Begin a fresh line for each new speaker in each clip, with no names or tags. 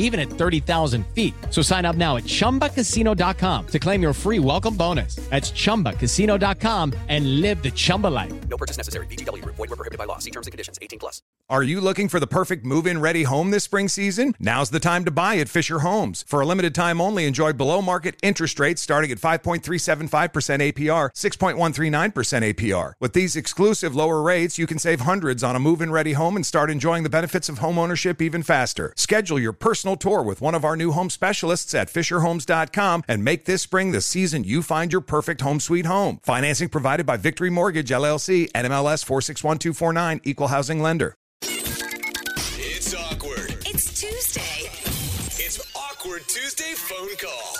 even at 30,000 feet. So sign up now at ChumbaCasino.com to claim your free welcome bonus. That's ChumbaCasino.com and live the Chumba life.
No purchase necessary. VGW Group. Void were prohibited by law. See terms and conditions. 18 plus.
Are you looking for the perfect move in ready home this spring season? Now's the time to buy at Fisher Homes. For a limited time only, enjoy below market interest rates starting at 5.375% APR, 6.139% APR. With these exclusive lower rates, you can save hundreds on a move in ready home and start enjoying the benefits of homeownership even faster. Schedule your personal tour with one of our new home specialists at FisherHomes.com and make this spring the season you find your perfect home sweet home. Financing provided by Victory Mortgage, LLC, NMLS 461249, Equal Housing Lender.
It's awkward.
It's Tuesday.
It's awkward Tuesday phone call.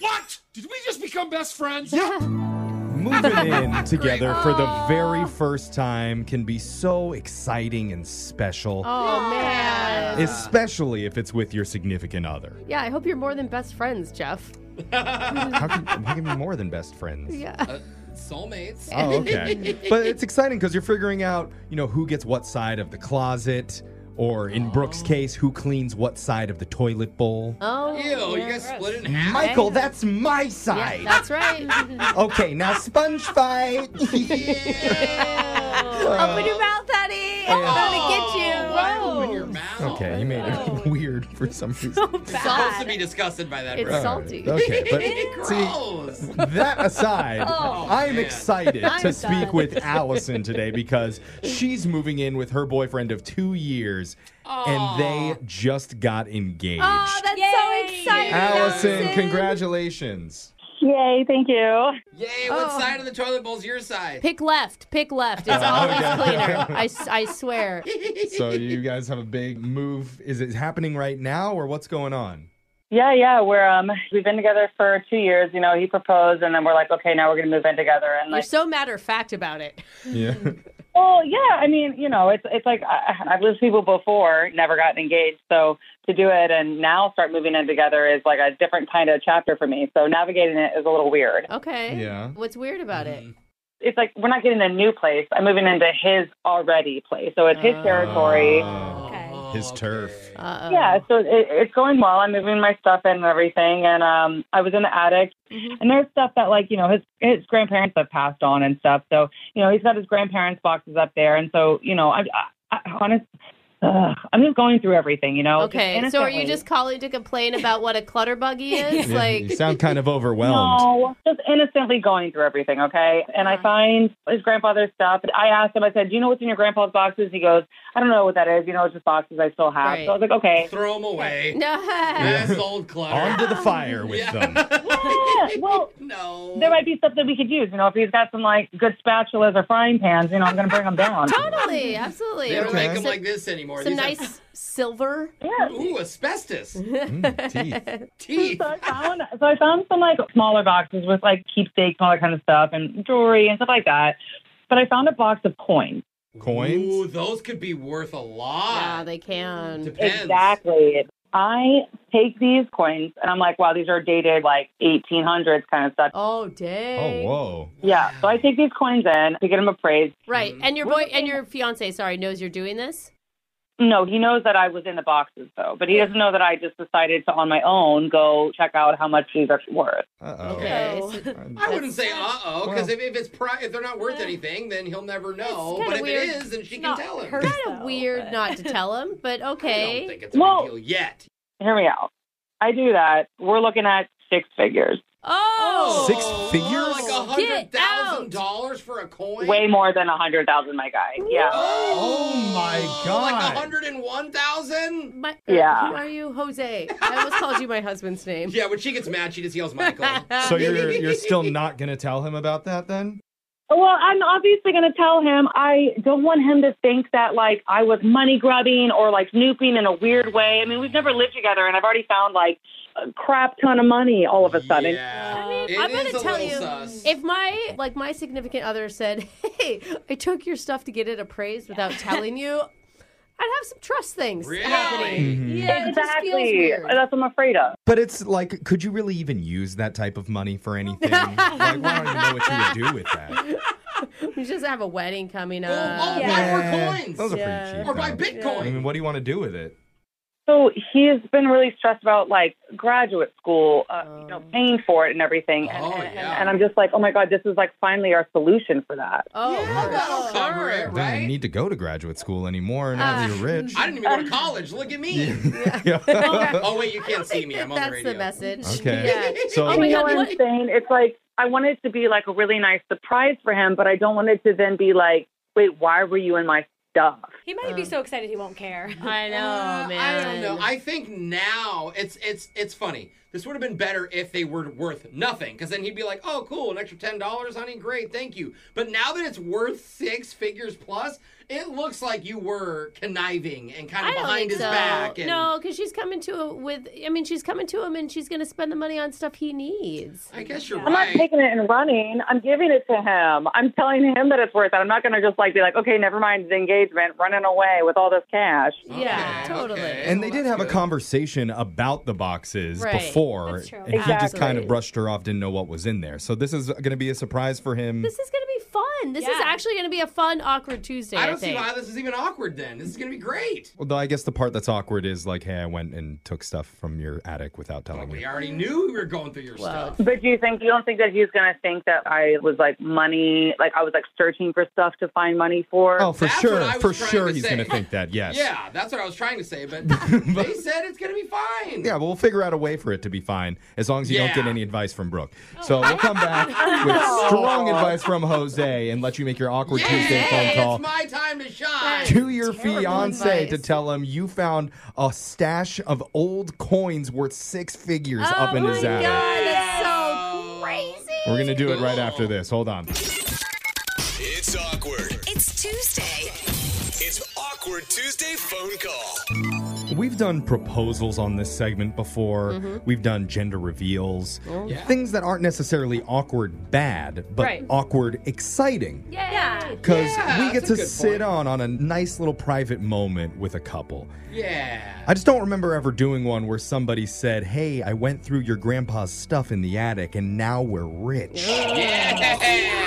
What? Did we just become best friends? Yeah.
Moving in together for the very first time can be so exciting and special,
Oh, man.
especially if it's with your significant other.
Yeah, I hope you're more than best friends, Jeff.
How can, how can be more than best friends?
Yeah.
Soulmates.
Oh, okay. but it's exciting because you're figuring out, you know, who gets what side of the closet, or in Brooke's case, who cleans what side of the toilet bowl.
Oh.
Ew, you guys split in half?
Michael, that's my
Yeah,
side.
that's right.
okay, now sponge fight.
Open your mouth, honey. I'm
Why
gonna
open
get you.
your mouth?
okay, you made
Oh.
it weird for some reason.
It's supposed to be disgusted by that.
It's
bro.
salty.
Okay, but see,
Gross.
that aside, I'm excited
I'm
to speak
done.
with Allison today because she's moving in with her boyfriend of two years, and they just got engaged.
Oh, that's so exciting.
Allison, congratulations.
Yay, thank you.
Yay, what
Oh.
side of the toilet bowl's your side?
Pick left. Pick left.
Oh,
It's always cleaner. I, s- I swear.
So you guys have a big move. Is it happening right now, or what's going on?
Yeah, yeah, we're um we've been together for two years. You know, he proposed, and then we're like, okay, now we're gonna move in together. And
You're
like,
so matter of fact about it.
Yeah.
well, yeah, I mean, you know, it's it's like I, I've lived with people before, never gotten engaged, so to do it and now start moving in together is like a different kind of chapter for me. So navigating it is a little weird.
Okay.
Yeah.
What's weird about it?
It's like we're not getting a new place. I'm moving into his already place, so it's his
Okay.
territory.
Uh, His turf.
Uh,
Yeah, so it, it's going well. I'm moving my stuff in and everything, and um, I was in the attic,
Mm-hmm.
and there's stuff that like you know his his grandparents have passed on and stuff. So you know he's got his grandparents' boxes up there, and so you know I, I, I honest, uh, I'm just going through everything, you know. just
Okay. So are you
innocently.
just calling to complain about what a clutter buggy is?
Yeah,
Like,
you sound kind of overwhelmed.
No, just innocently going through everything, okay? And
Mm-hmm.
I find his grandfather's stuff. I asked him, I said, Do you know what's in your grandpa's boxes? He goes, I don't know what that is. You know, it's just boxes I still have.
Right.
So I was like, Okay.
Throw them away.
no.
That's old clutter.
Onto the fire with them.
Yeah, well,
No.
there might be stuff that we could use. You know, if he's got some like good spatulas or frying pans, you know, I'm going to bring them down.
Totally. Absolutely.
They don't
Or
make
some,
them like this anymore.
some
These are-
nice silver.
Ooh, asbestos.
Mm, teeth.
Teeth.
So I found so I found some like smaller boxes with like keepsakes and all that kind of stuff and jewelry and stuff like that. But I found a box of coins.
Coins?
Ooh, those could be worth a lot.
Yeah, they can.
Depends.
Exactly. I take these coins and I'm like, wow, these are dated like 1800s kind of stuff.
Oh,
Oh,
dang.
whoa.
Yeah. So I take these coins in to get them appraised.
Right. And your boy and your fiance, sorry, knows you're doing this?
No, he knows that I was in the boxes though, but he doesn't know that I just decided to on my own go check out how much these are worth.
Uh-oh.
Okay. I wouldn't say uh oh because
Well.
if, if it's pri- if they're not worth anything, then he'll never know.
kinda
But if
weird.
it is, then she
Not
can tell him.
her, Kind of weird not to tell him, but okay.
well,
yet.
Hear me out. I do that. We're looking at six figures.
Oh,
Six figures?
like a hundred thousand dollars for a coin.
Way more than a hundred thousand, my guy. Yeah.
Oh
my
Like
God.
a hundred and one thousand.
My,
Yeah.
Who are you, Jose? I almost called you my husband's name.
Yeah, when she gets mad, she just yells Michael.
So you're you're still not gonna tell him about that then?
Well, I'm obviously going to tell him I don't want him to think that like I was money grubbing or like snooping in a weird way. I mean, we've never lived together, and I've already found like a crap ton of money all of a sudden.
I mean, I'm gonna tell you, if my like my significant other said, "Hey, I took your stuff to get it appraised without telling you," I'd have some trust things happening.
Mm-hmm.
Yeah, it just feels
Exactly.
weird.
That's what I'm afraid of.
But it's like, could you really even use that type of money for anything? like, I don't even know what you would do with that.
We just have a wedding coming up.
Oh,
Yeah. Those are pretty cheap.
Or buy
though.
Bitcoin.
I mean, what do you want to do with it?
So he's been really stressed about like graduate school, uh, you
Oh.
know, paying for it and everything. And, and, and- and I'm just like, oh my god, this is like finally our solution for that.
Oh,
that'll cover it,
Don't
right? Ah.
even need to go to graduate school anymore. Now that you're rich.
I didn't even go to college. Look at me. oh wait, you can't see me. I'm on the
That's
radio.
the message.
Okay.
Yeah.
So-
oh
you
my
know
god,
what I'm
what-
saying? It's like I want it to be like a really nice surprise for him, but I don't want it to then be like, wait, why were you in my stuff?
He might be so excited he won't care.
I know,
Uh, I don't know. I think now it's it's it's funny. This would have been better if they were worth nothing, because then he'd be like, "Oh, cool, an extra ten dollars, honey, great, thank you." But now that it's worth six figures plus, it looks like you were conniving and kind of
I don't
behind
think
his
so.
back. And
No, because she's coming to a, with. I mean, she's coming to him, and she's going to spend the money on stuff he needs.
I guess you're
I'm not
right.
taking it and running. I'm giving it to him. I'm telling him that it's worth it. I'm not going to just like be like, okay, never mind the engagement, running away with all this cash.
Yeah, totally.
And they did have a conversation about the boxes
Right.
before,
That's true.
and he just kind
Absolutely.
of brushed her off, didn't know what was in there. So this is going to be a surprise for him.
This is going to be fun. This is
Yeah.
actually going to be a fun, awkward Tuesday.
I
I,
don't see
think.
why this is even awkward. Then this is gonna be great.
Although I guess the part that's awkward is like, hey, I went and took stuff from your attic without telling
We
you.
already knew we were going through your stuff.
But do you think you don't think that he's going to think that I was like money, like I was like searching for stuff to find money for?
Oh, for
That's
sure,
what I was
for
trying
sure,
to
he's
say.
going to think that. Yes.
Yeah, that's what I was trying to say. But they said it's gonna be fine.
Yeah, well, we'll figure out a way for it to be fine as long as you
Yeah.
don't get any advice from Brooke.
Oh.
So we'll come back with strong advice from Jose and let you make your awkward Tuesday phone
Hey,
call.
it's my time to shine.
to your
Terrible
fiance
advice.
to tell him you found a stash of old coins worth six figures up in
oh
his
my
attic.
god, that's so crazy.
We're gonna do it right after this. Hold on.
It's awkward.
It's Tuesday.
It's awkward Tuesday phone call.
We've done proposals on this segment before.
Mm-hmm.
We've done gender reveals.
Oh.
Yeah.
Things that aren't necessarily awkward bad, but
Right.
awkward exciting.
Yeah.
Because
Yeah,
we get
that's a
to
good
sit
point.
on on a nice little private moment with a couple.
Yeah.
I just don't remember ever doing one where somebody said, "Hey, I went through your grandpa's stuff in the attic, and now we're rich."
Yeah.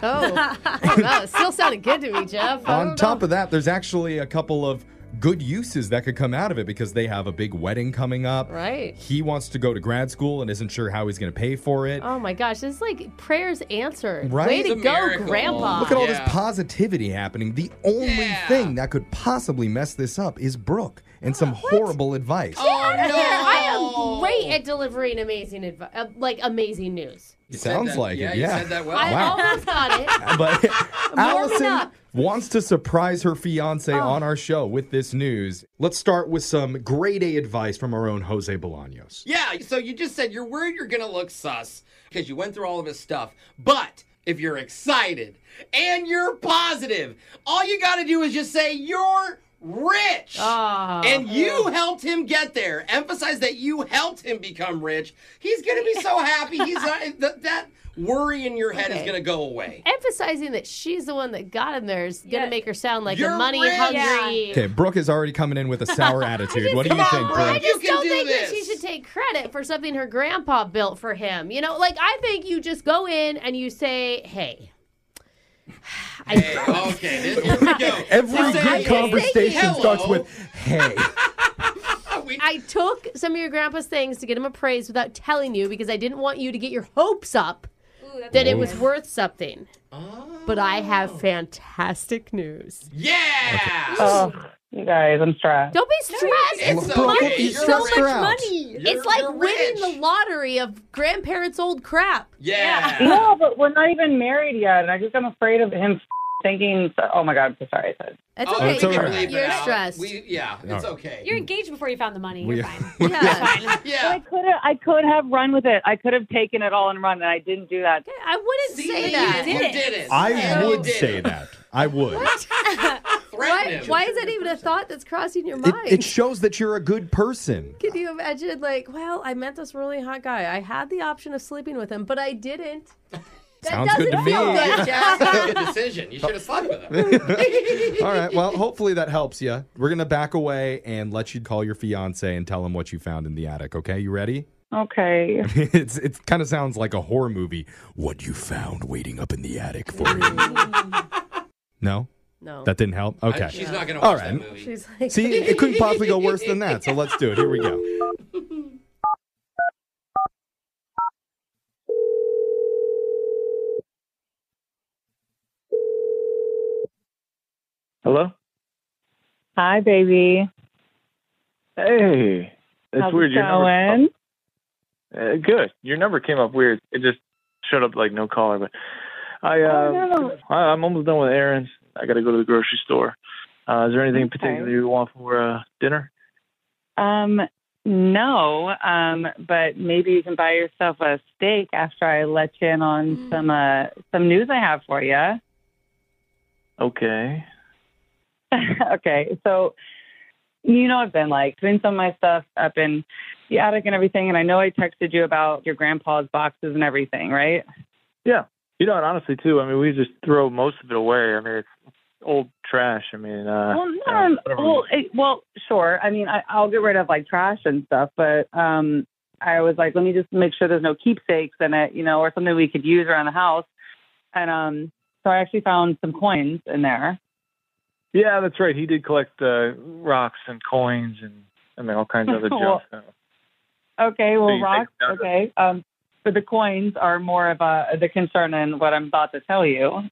Oh, I don't know. It still sounded good to me, Jeff. Oh, I
On
don't
top
know.
of that, there's actually a couple of good uses that could come out of it because they have a big wedding coming up.
Right.
He wants to go to grad school and isn't sure how he's going to pay for it.
Oh my gosh, this is like prayers answered.
Right?
Way to
It's
a
go,
miracle.
Grandpa.
Look at all
Yeah.
this positivity happening. The only thing that could possibly mess this up is Brooke and some horrible advice.
Oh no.
I am great at delivering amazing advice, uh, like amazing news.
It
said
sounds
that-
like
yeah,
it.
you
Yeah.
said that well.
I
Wow.
almost got it.
but Allison
up.
wants to surprise her fiance
Oh.
on our show with this news. Let's start with some grade A advice from our own Jose Bolaños.
Yeah, so you just said you're worried you're gonna look sus because you went through all of his stuff. But if you're excited and you're positive, all you gotta do is just say you're rich. And you helped him get there. Emphasize that you helped him become rich. He's gonna be so happy. He's not, th- that worry in your head is
Okay.
gonna go away.
Emphasizing that she's the one that got him there is going to
Yeah.
make her sound like
You're
a money
rich.
hungry.
Okay, Brooke is already coming in with a sour attitude. What do you
Come
think,
on,
I
Brooke?
Brooke. You
just
can
don't
do
think
this.
that she should take credit for something her grandpa built for him. You know, like I think you just go in and you say, "Hey,
Hey, okay, this- here we go.
Every
Just say,
good
"Hey,
conversation
hello."
starts with hey.
I took some of your grandpa's things to get him appraised without telling you because I didn't want you to get your hopes up that it was
nice.
worth something.
Oh.
But I have fantastic news.
Yeah.
Oh, you guys, I'm stressed.
Don't be stressed.
It's
it's
so
money.
good.
It's
You're
so
a
much
sprout.
money.
You're-
it's like
you're
winning the lottery of grandparents' old crap.
Yeah.
No, but we're not even married yet, and I just am afraid of him thinking. Oh my god, I'm so sorry. I said.
That's
okay.
it's
we can
all right.
leave it
You're
out.
stressed.
We, yeah, it's
All
okay.
You're engaged before you found the money. You're fine.
Yeah.
But I could have. I could have run with it. I could have taken it all and run, and I didn't do that.
I wouldn't say
you
that.
did it. You did it.
I
Yeah.
would
You did
say
it.
that. I would.
Why, why is that even a thought that's crossing your
It,
mind?
it shows that you're a good person.
Can you imagine? Like, well, I met this really hot guy. I had the option of sleeping with him, but I didn't. That
Sounds good
doesn't
to me.
feel
Yeah,
good.
Jack, that's a good decision. You should have slept with him.
All right. Well, hopefully that helps you. We're going to back away and let you call your fiance and tell him what you found in the attic. Okay. You ready?
Okay.
it's It kind of sounds like a horror movie. What you found waiting up in the attic for you. no?
No.
That didn't help? Okay.
I- she's not gonna
All
watch that
right.
movie.
She's like-
See, it couldn't possibly go worse than that. So let's do it. Here we go.
Hello?
Hi, baby.
Hey. It's
How's
weird.
It
Your
going?
number, uh, good. Your number came up weird. It just showed up like no caller. But I, uh,
Oh, no.
I, I'm almost done with errands. I got to go to the grocery store. Uh, is there anything in particular you want for uh, dinner?
Um, no, um, but maybe you can buy yourself a steak after I let you in on some uh, some news I have for you.
Okay.
okay, so you know I've been like doing some of my stuff up in the attic and everything, and I know I texted you about your grandpa's boxes and everything, right?
Yeah. You know, and honestly, too, I mean, we just throw most of it away. I mean, it's old trash. I mean, uh,
well, no, well, it, well, sure. I mean, I, I'll get rid of like trash and stuff, but um, I was like, let me just make sure there's no keepsakes in it, you know, or something we could use around the house. And um, so I actually found some coins in there.
yeah, that's right. He did collect uh, rocks and coins and, I mean, all kinds of other
Well,
junk. so.
Okay, well,
So you
rocks.
take it down
Okay, um, but the coins are more of a the concern in what I'm about to tell you.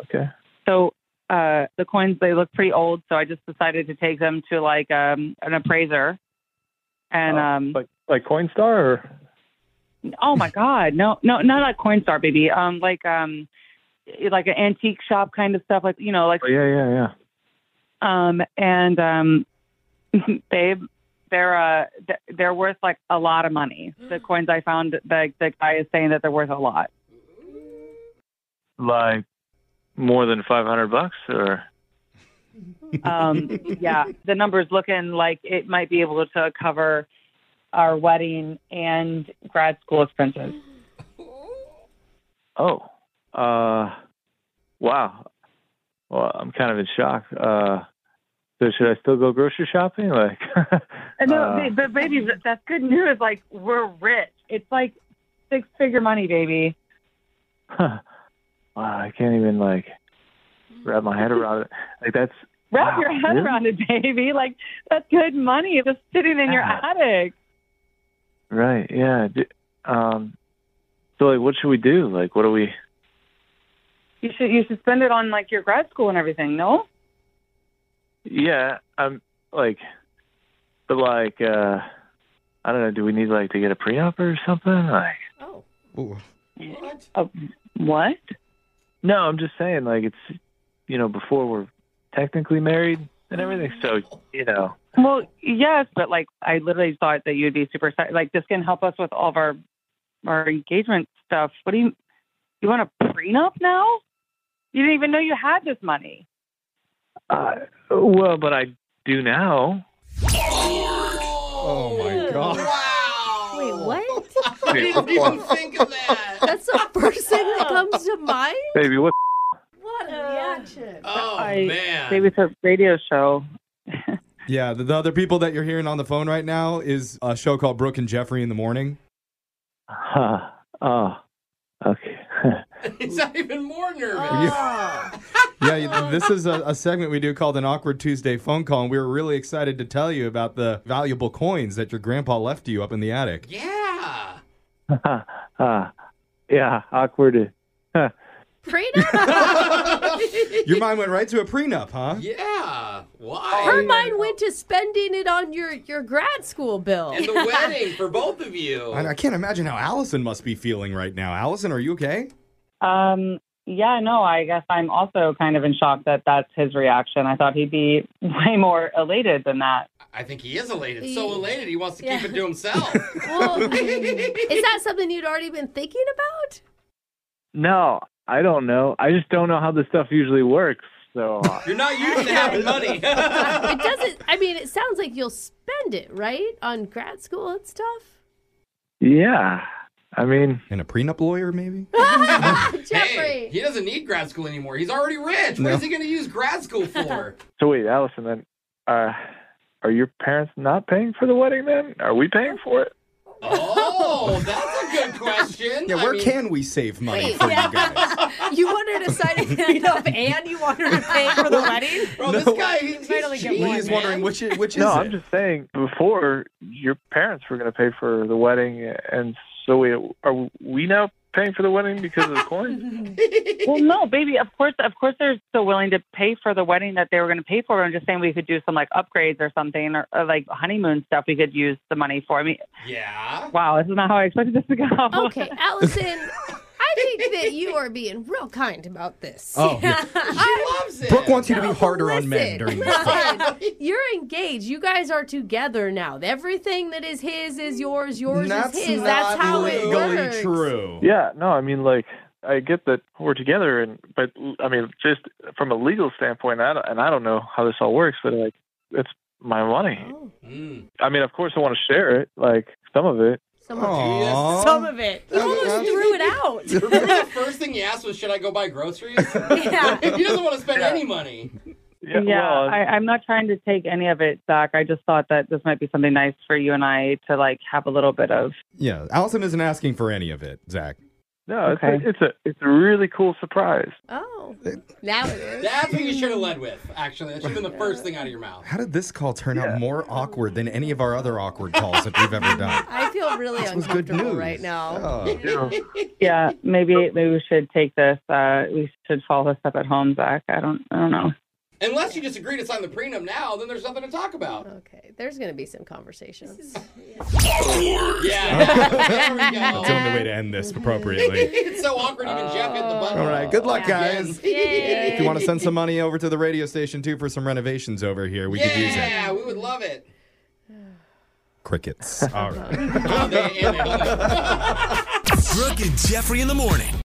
Okay.
So uh, the coins they look pretty old, so I just decided to take them to like um, an appraiser. And
Oh,
um,
like like Coinstar or
Oh my God, no, no, not like Coinstar, baby. Um, like um, like an antique shop kind of stuff, like you know, like
Oh, yeah, yeah, yeah.
um, and um, babe, they're uh, th- they're worth like a lot of money. The coins I found, the the guy is saying that they're worth a lot.
like more than 500 bucks or
Um, yeah, the numbers looking like it might be able to cover our wedding and grad school expenses.
oh uh wow well i'm kind of in shock uh so should i still go grocery shopping like
And No,
Uh,
ba- but baby, th- that's good news. Like we're rich. It's like six figure money, baby.
wow i can't even like wrap my head around it like that's
Wrap
wow,
your head
really?
around it, baby. Like that's good money just sitting in your attic.
right yeah d- um so like what should we do like what do we
You should you should spend it on like your grad school and everything. No,
Yeah, I'm like, but like, uh, I don't know. Do we need like to get a pre-op or something? Like,
Oh.
Uh,
What?
what?
No, I'm just saying like it's, you know, before we're technically married and everything. So you know,
Well, yes, but like I literally thought that you'd be super excited. Like this can help us with all of our our engagement stuff. What do you you want a prenup now? You didn't even know you had this money.
uh, well, but I do now.
Oh my god.
Wait, what?
I didn't even think of that.
That's the first thing that comes to mind.
Baby, what?
What a reaction!
Oh
I-
man.
Maybe it's a radio show.
Yeah, the, the other people that you're hearing on the phone right now is a show called Brooke and Jeffrey in the Morning.
Huh. Oh. Okay.
It's not even more nervous.
Yeah, you- this is a, a segment we do called an awkward Tuesday phone call, and we were really excited to tell you about the valuable coins that your grandpa left to you up in the attic.
Yeah.
uh, yeah, awkward. Huh.
Your mind went right to a prenup, huh?
yeah. Why?
Her mind went to spending it on your, your grad school bill.
And the wedding for both of you.
I, I can't imagine how Allison must be feeling right now. Allison, are you okay?
Um, yeah, no, I guess I'm also kind of in shock that that's his reaction. I thought he'd be way more elated than that.
I think he is elated. So elated, he wants to keep it to himself.
Well, is that something you'd already been thinking about?
No, I don't know. I just don't know how this stuff usually works. So uh,
You're not used to having money.
it doesn't. I mean, it sounds like you'll spend it right on grad school and stuff.
yeah, I mean,
and a prenup lawyer maybe.
Jeffrey,
he doesn't need grad school anymore. He's already rich. What
No.
is he going to use grad school for?
So wait, Allison, then uh, are your parents not paying for the wedding? Then are we paying for it?
oh, that's a good question.
Yeah,
I
where
mean-
can we save money
Wait,
for
yeah.
you guys?
you want her to sign a prenup and you want her to pay for the wedding?
Bro,
this No.
guy, he's,
He's wondering which i- which
no,
is
I'm
it.
just saying. Before your parents were going to pay for the wedding, and so wait, are we now paying for the wedding because of the coin?
well, no, baby. Of course, of course, they're still willing to pay for the wedding that they were going to pay for. I'm just saying we could do some like upgrades or something, or, or like honeymoon stuff. We could use the money for. I mean,
yeah.
Wow, this is not how I expected this to go.
Okay, Allison, I think that you are being real kind about this.
Oh, yeah.
I
loves it.
Brooke wants you to be harder on
Listen,
men during this.
listen, you're engaged. You guys are together now. Everything that is his is yours. Yours
That's
is his.
not
That's how it
legally
works.
true.
yeah, no, I mean like. I get that we're together, and but I mean, just from a legal standpoint, I don't, and I don't know how this all works, but like, it's my money. I mean, of course, I want to share it, like some of it.
Some
Aw.
Some of it. You almost threw it out.
Remember the first thing you asked was, "Should I go buy groceries?"
Yeah.
he doesn't want to spend any money.
Yeah,
uh,
I, I'm not trying to take any of it back. I just thought that this might be something nice for you and I to like have a little bit of.
Yeah, Allison isn't asking for any of it, Zach.
No, it's, a, it's a it's a really cool surprise.
Oh, now it is.
That's what you should have led with. Actually, that should have been the first thing out of your mouth.
How did this call turn out more awkward than any of our other awkward calls that we've ever done? Oh.
I feel really uncomfortable right now.
Yeah, maybe maybe we should take this. Uh, we should follow this up at home, Zach. I don't I don't know.
Unless you just agree to sign the prenup now, then there's nothing to talk about.
Okay, there's going to be some conversations.
Yeah. There we go.
That's the only way to end this appropriately.
it's so awkward. Even Jeff hit the
Oh.
button.
All right, good luck, guys.
Yay.
If you want to send some money over to the radio station too for some renovations over here, we could use it.
Yeah, we would love it.
Crickets. All right.
Brooke and Jeffrey in the morning.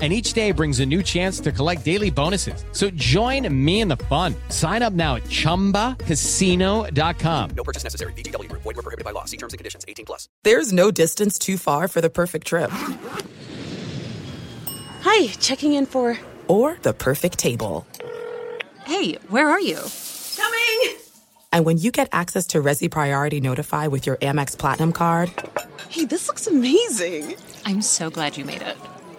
And each day brings a new chance to collect daily bonuses. So join me in the fun. Sign up now at chumbacasino.com.
No purchase necessary. VGW Group. Void were prohibited by law. See terms and conditions. 18 plus.
There's no distance too far for the perfect trip.
Hi, checking in for.
Or the perfect table.
Hey, where are you? Coming!
And when you get access to Resi Priority Notify with your Amex Platinum card
Hey, this looks amazing! I'm so glad you made it.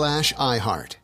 iHeart.